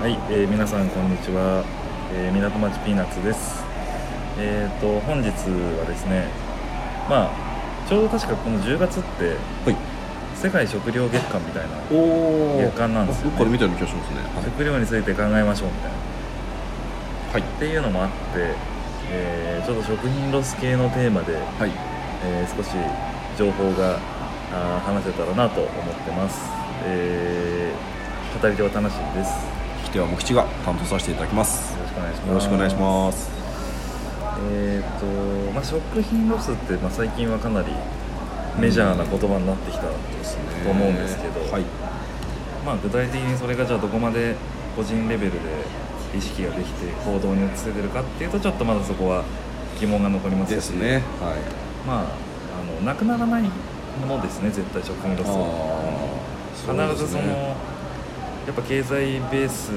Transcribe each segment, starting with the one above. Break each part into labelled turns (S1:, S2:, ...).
S1: はい、えー皆さんこんにちは、えー港町ピーナッツですえっ、と本日はですねまあちょうど確かこの10月って
S2: はい。
S1: 世界食糧月間みたいな
S2: おお
S1: 月間なんですよね
S2: どっかで見たような気がしますね。
S1: 食料について考えましょうみたいな
S2: はい。
S1: っていうのもあって、えーちょっと食品ロス系のテーマで、
S2: はい。
S1: えー少し情報があー話せたらなと思ってます、えー語り手は楽しいです
S2: 引き手はもきちが担当させていただきます。
S1: よろしくお願いします
S2: よろしくお願いします。
S1: えーとまあ、食品ロスって、まあ、最近はかなりメジャーな言葉になってきた、と思うんですけど、
S2: はい。
S1: まあ、具体的にそれがじゃあどこまで個人レベルで意識ができて行動に移せてるかっていうとちょっとまだそこは疑問が残りますし
S2: ですね。はい。
S1: まああのなくならないものですね絶対食品ロスは。
S2: あー
S1: 必ずその、
S2: う
S1: やっぱ経済ベース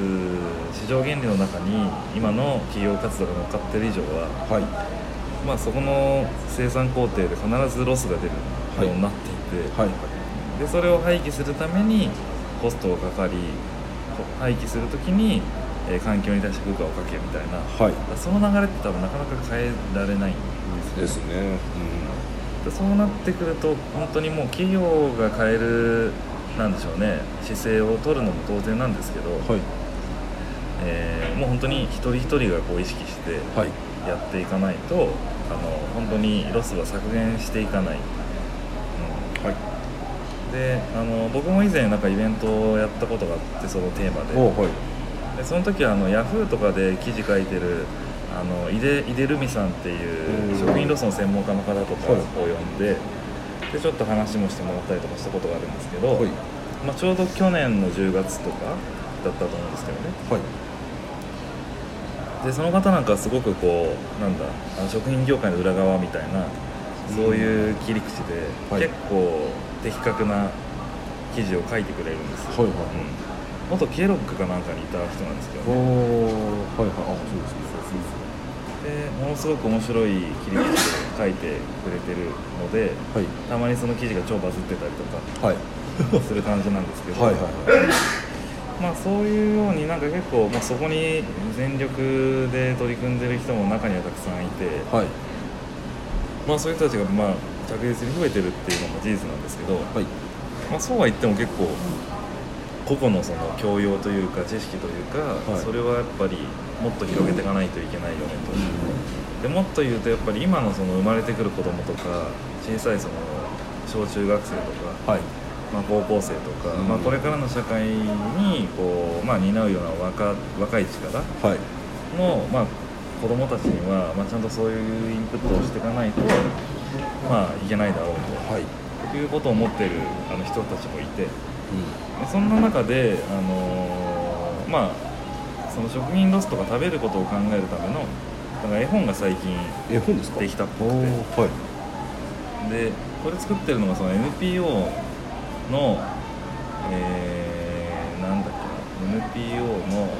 S1: 市場原理の中に今の企業活動が乗っかってる以上は
S2: はい。
S1: まあ、そこの生産工程で必ずロスが出るようになっていて、
S2: はい。
S1: でそれを廃棄するためにコストがかかりこ廃棄する時に、えー環境に対して負荷をかけみたいな、
S2: はい。
S1: その流れって多分なかなか変えられないんですよ
S2: ですね。
S1: でそうなってくると本当にもう企業が変えるなんでしょうね姿勢を取るのも当然なんですけど、
S2: うん。はい。
S1: えーもう本当に一人一人がこう意識して
S2: はい。
S1: やっていかないとあの本当にロスは削減していかない、
S2: はい。
S1: うん、であの僕も以前なんかイベントをやったことがあってそのテーマ
S2: お
S1: で
S2: はい。
S1: でその時はあのヤフーとかで記事書いてるあの井出井出留美さんっていう
S2: うん
S1: 食品ロスの専門家の方とかを
S2: はい
S1: 呼んででちょっと話もしてもらったりとかしたことがあるんですけど、
S2: はい。
S1: まあ、ちょうど去年の10月とかだったと思うんですけどね
S2: はい。
S1: でその方なんかはすごくこうなんだあの食品業界の裏側みたいなそういう切り口で、
S2: はい
S1: 結構的確な記事を書いてくれるんですよ、
S2: はいはい
S1: うん元ケロッグかなんかにいた人なんですけど
S2: お
S1: ね
S2: はいはい。あ、そうですね。
S1: でものすごく面白い切り口で書いてくれてるので
S2: はい。
S1: たまにその記事が超バズってたりと
S2: はい。
S1: かする感じなんですけど
S2: はいはいはい。
S1: まあ、そういうようになんか結構、まあ、そこに全力で取り組んでる人も中にはたくさんいて、
S2: はい。
S1: まあ、そういう人たちがまあ着実に増えてるっていうのも事実なんですけど、
S2: はい。
S1: まあ、そうは言っても結構個々のその教養というか知識というか、
S2: はい
S1: それはやっぱりもっと広げていかないといけないよねと、でもっと言うとやっぱり今のその生まれてくる子供とか小さいその小中学生とか、
S2: はい。
S1: まあ、高校生とか、
S2: うん
S1: まあ、これからの社会にこう、まあ、担うような若若い力
S2: はい。
S1: の、まあ、子どもたちには、まあ、ちゃんとそういうインプットをしていかないと、まあ、いけないだろう
S2: はい。
S1: ということを思っているあの人たちもいて
S2: う
S1: そんな中で、あのーまあ、その食品ロスとか食べることを考えるためのだから絵本が最近
S2: ん。絵本ですか。
S1: できたっぽ
S2: お
S1: く
S2: ー
S1: て。
S2: はい。
S1: でこれ作ってるのがその NPO のえー、なんだっけな NPO の、え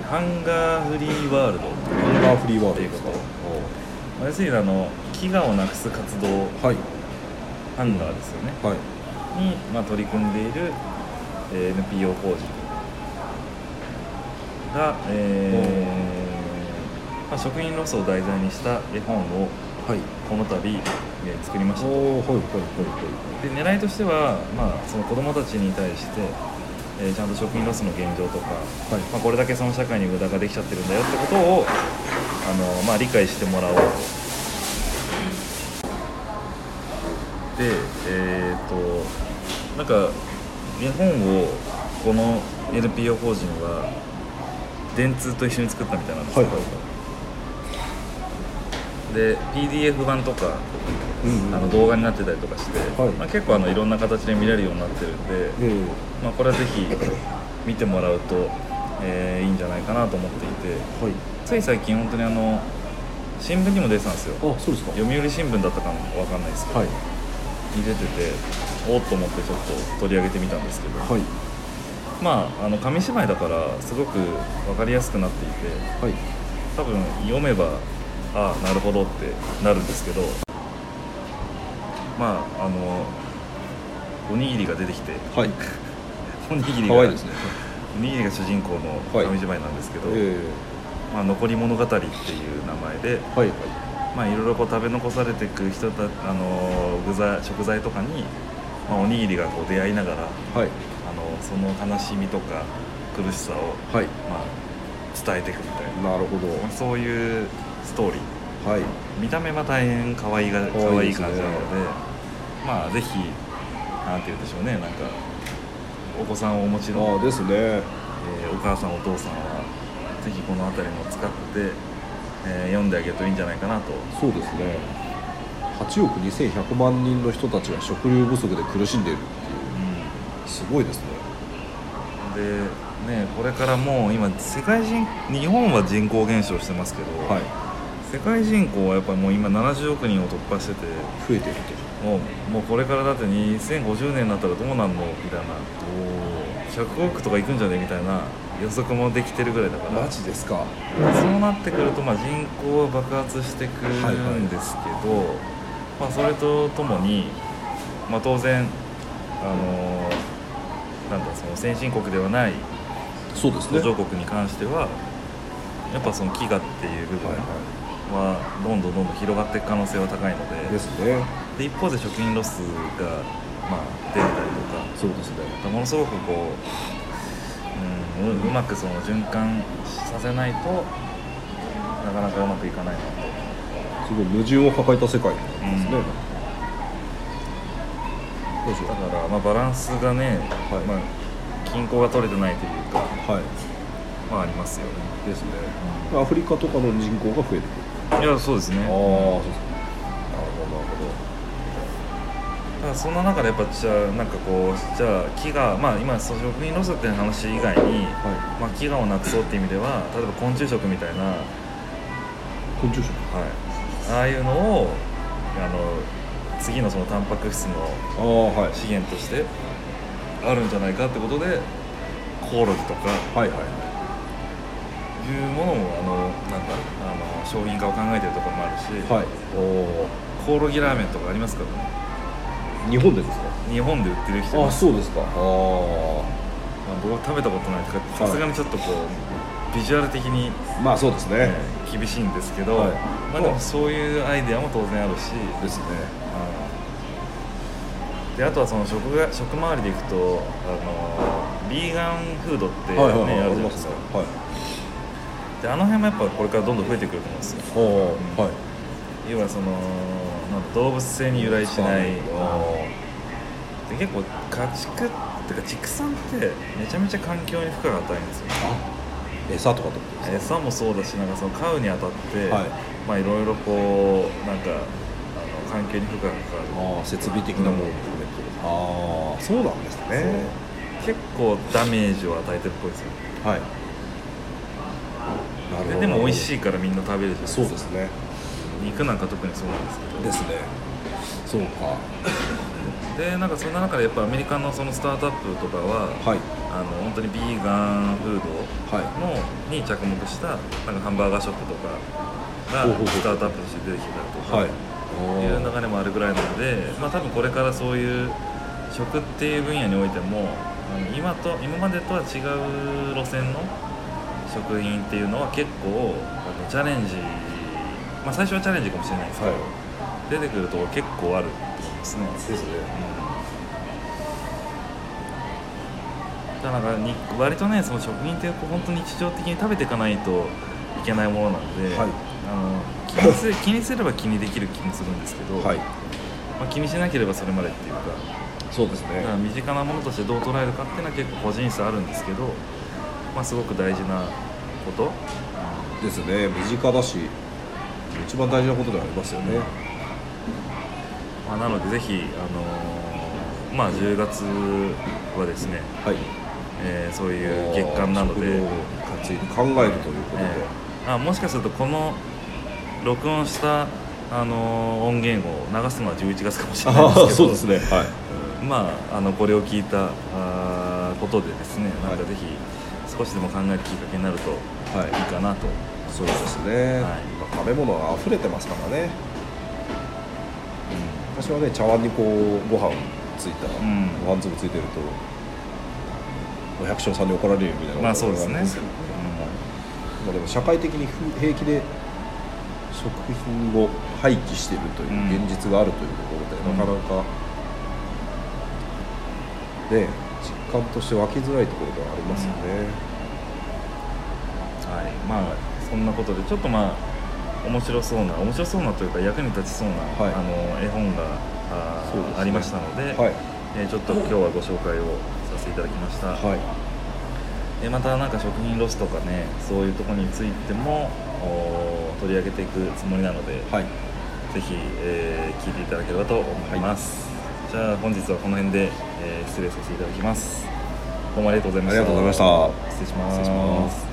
S1: ーハンガーフリーワールド
S2: ハンガーフリーワールド
S1: っていうまあ要するにあの飢餓をなくす活動
S2: はい。
S1: ハンガーですよね
S2: はい。
S1: に、まあ、取り組んでいる、えー NPO 法人が、えーまあ、食品ロスを題材にした絵本を
S2: はい。
S1: この度、えー作りましたと
S2: おお、はい、はい、はい、
S1: で狙いとしては、まあ、その子どもたちに対して、えーちゃんと食品ロスの現状とか、
S2: はい
S1: まあ、これだけその社会に無駄ができちゃってるんだよってことをあの、まあ、理解してもらおうと。でえっとなんか絵本をこの NPO 法人は電通と一緒に作ったみたいなんですけど、
S2: はいはい
S1: で PDF 版とか
S2: うん、
S1: あの動画になってたりとかして、
S2: はい
S1: まあ、結構あのいろんな形で見れるようになってるんで、
S2: ええ
S1: まあ、これはぜひ見てもらうと、えーいいんじゃないかなと思っていて
S2: はい。
S1: つい最近本当にあの新聞にも出てたんですよ
S2: あ、そうですか。
S1: 読売新聞だったかもわかんないですけど、
S2: はい、
S1: に出てておっと思ってちょっと取り上げてみたんですけど、
S2: はい、
S1: まああの紙芝居だからすごく分かりやすくなっていて
S2: はい。
S1: 多分読めばああなるほどってなるんですけどまああのおにぎりが出てきて
S2: はい。
S1: おにぎり
S2: 可愛い
S1: が
S2: ですね。
S1: おにぎりが主人公の
S2: はい
S1: 紙芝居なんですけど、
S2: え
S1: まあ、残り物語っていう名前で、
S2: えはいはい
S1: まあ、いろいろこう食べ残されていく人た、あのー具材食材とかに、まあ、おにぎりがこう出会いながら、
S2: はい
S1: あのーその悲しみとか苦しさを、
S2: はい
S1: まあ、伝えていくみたいな、
S2: なるほ
S1: まあ
S2: ど
S1: そういうストーリー
S2: はい
S1: 見た目は大変可愛いが
S2: 可
S1: 可愛
S2: 愛いで
S1: い
S2: すね
S1: 感じなのでまあぜひなんて言うんでしょうねなんかお子さんをお持ち
S2: あ
S1: の
S2: あ、ですね
S1: えーお母さんお父さんはぜひこの辺りも使って、えー読んであげるといいんじゃないかなと
S2: そうですね8億2100万人の人たちが食料不足で苦しんでいるっていうすごいですね
S1: でねこれからもう今世界人日本は人口減少してますけど、
S2: はい
S1: 世界人口はやっぱりもう今70億人を突破してて
S2: 増えてる
S1: もうもうこれからだって2050年になったらどうなんのみたいな
S2: と
S1: 100億とかいくんじゃねみたいな予測もできてるぐらいだか
S2: お
S1: ら
S2: マジですか
S1: そうなってくるとまあ人口は爆発してくる
S2: はいはい
S1: んですけど、まあ、それとともに、まあ、当然あのなんだその先進国ではない
S2: そうですね
S1: 途上国に関してはやっぱその飢餓っていう部分
S2: はいは
S1: はどんどんどんどん広がっていく可能性は高いの
S2: い
S1: で
S2: ですね
S1: で一方で食品ロスがまあ出てたりとか
S2: そうですね
S1: ものすごくこう、うん、ううまくその循環させないとなかなかうまくいかないなと
S2: すごい矛盾を抱えた世界なんですね、
S1: うん
S2: どうしよ
S1: だから、まあ、バランスがね、
S2: はい
S1: まあ、均衡が取れてないというか、
S2: うはい
S1: まあ、ありますよね、
S2: ですねアフリカとかの人口が増えてくる
S1: いやそうですね
S2: ああそうですねなるほどなるほ
S1: だ
S2: ど
S1: からそんな中でやっぱじゃあなんかこうじゃあ飢餓まあ今その食品ロスっていう話以外に、
S2: は
S1: まあ、飢餓をなくそうっていう意味では例えば昆虫食みたいな
S2: い昆虫食
S1: はい、ああいうのをあの次のそのタンパク質の
S2: ああはい
S1: 資源としてあるんじゃないかってことでコオロギとか
S2: はいはい
S1: いうものもあのなんだあの商品化を考えてるところもあるし、
S2: はいお
S1: コオロギラーメンとかありますからね
S2: 日本でですか
S1: 日本で売ってる人
S2: あ
S1: ま
S2: あ
S1: あ
S2: そうですかああ
S1: 僕食べたことないとか
S2: い
S1: さすがにちょっとこうビジュアル的に、
S2: まあそうですね、
S1: ね厳しいんですけど、
S2: はい
S1: まあ、でもそういうアイデアも当然あるし。
S2: ですね
S1: であとはその食が食周りでいくとあのビーガンフードって、ね
S2: はいはいはい
S1: あ
S2: あ
S1: る
S2: り
S1: じゃない
S2: ま
S1: ですす
S2: ね
S1: か
S2: はい
S1: であの辺もやっぱこれからどんどん増えてくると思うんですよ
S2: ああはい
S1: 要はそのなんか動物性に由来しない
S2: あ
S1: で結構家畜っていうか畜産ってめちゃめちゃ環境に負荷が高いんですよ
S2: ああ餌とかってことです
S1: 餌もそうだしなんかその飼うにあたって、
S2: はい
S1: まあいろいろこうなんかあの環境に負荷がかかる
S2: ああ設備的なものも含めて、ああそうなんですね
S1: 結構ダメージを与えてるっぽいですよ
S2: はいなるほ
S1: で
S2: ど
S1: でも美味
S2: い
S1: しいからみんな食べるじゃないです
S2: そ
S1: か
S2: うですね
S1: 肉なんか特にそうなんですけ
S2: ですねそうか
S1: どでなんかそんな中でやっぱアメリカのそのスタートアップとかは、
S2: はい
S1: あの本当にビーガンフード
S2: は
S1: のに着目したなんかハンバーガーショップとか
S2: ほうほうほう
S1: がスタートアップとして出てきてたりと
S2: い
S1: か、
S2: はい
S1: い、
S2: あ
S1: う流れもあるぐらいなのでまあ多分これからそういう食っていう分野においてもあの今と今までとは違う路線の食品っていうのは結構あのチャレンジ、まあ、最初はチャレンジかもしれないですけど、
S2: はい
S1: 出てくるとこ結構あるって思いますね、
S2: ですね
S1: うん、だからに割とねその食品ってこう本当に日常的に食べていかないといけないものなんで、
S2: はい
S1: あの気にす気にすれば気にできる気もするんですけど、
S2: はい
S1: まあ、気にしなければそれまでっていうか
S2: そうです
S1: だ
S2: ね
S1: から身近なものとしてどう捉えるかっていうのは結構個人差あるんですけど、まあ、すごく大事なこと
S2: ですね身近だし一番大事なことではありますよね、
S1: まあ、なのでぜひ、あのーまあ、10月はですね、
S2: はい
S1: えーそういう月間なので、
S2: 食堂を担いで考えるということで、
S1: えーあもしかするとこの録音した、あのー音源を流すのは11月かもしれないですけ
S2: あ
S1: ど
S2: あそうですねはい
S1: まあ、あのこれを聞いたあーことでですねなんかぜひ少しでも考えるきっかけになるとい
S2: はい
S1: いかなと、
S2: そうですね、
S1: はい
S2: まあ食べ物が溢れてますからね昔はね茶碗にこうご飯ついた、
S1: ん
S2: ご飯粒ついてるとお百姓さんに怒られるみたいな
S1: まあそうですね、うん、
S2: まあ、でも社会的にふ平気で食品を廃棄してるという現実があるというところで、
S1: うん
S2: なかなかね実感として湧きづらいところではありますよね、
S1: はいまあそんなことでちょっとまあ面白そうな面白そうなというか役に立ちそうな、
S2: はい
S1: あの絵本があー
S2: そうですね
S1: ありましたので、
S2: はい
S1: えーちょっと今日はご紹介をさせていただきました、
S2: はい
S1: えーまたなんか食品ロスとかねそういうところについてもおー取り上げていくつもりなので、
S2: はい
S1: ぜひ、えー聞いていただければと思います、じゃあ本日はこの辺で、えー失礼させていただきますどうもありがとうございました
S2: ありがとうございました
S1: 失礼します
S2: 失礼します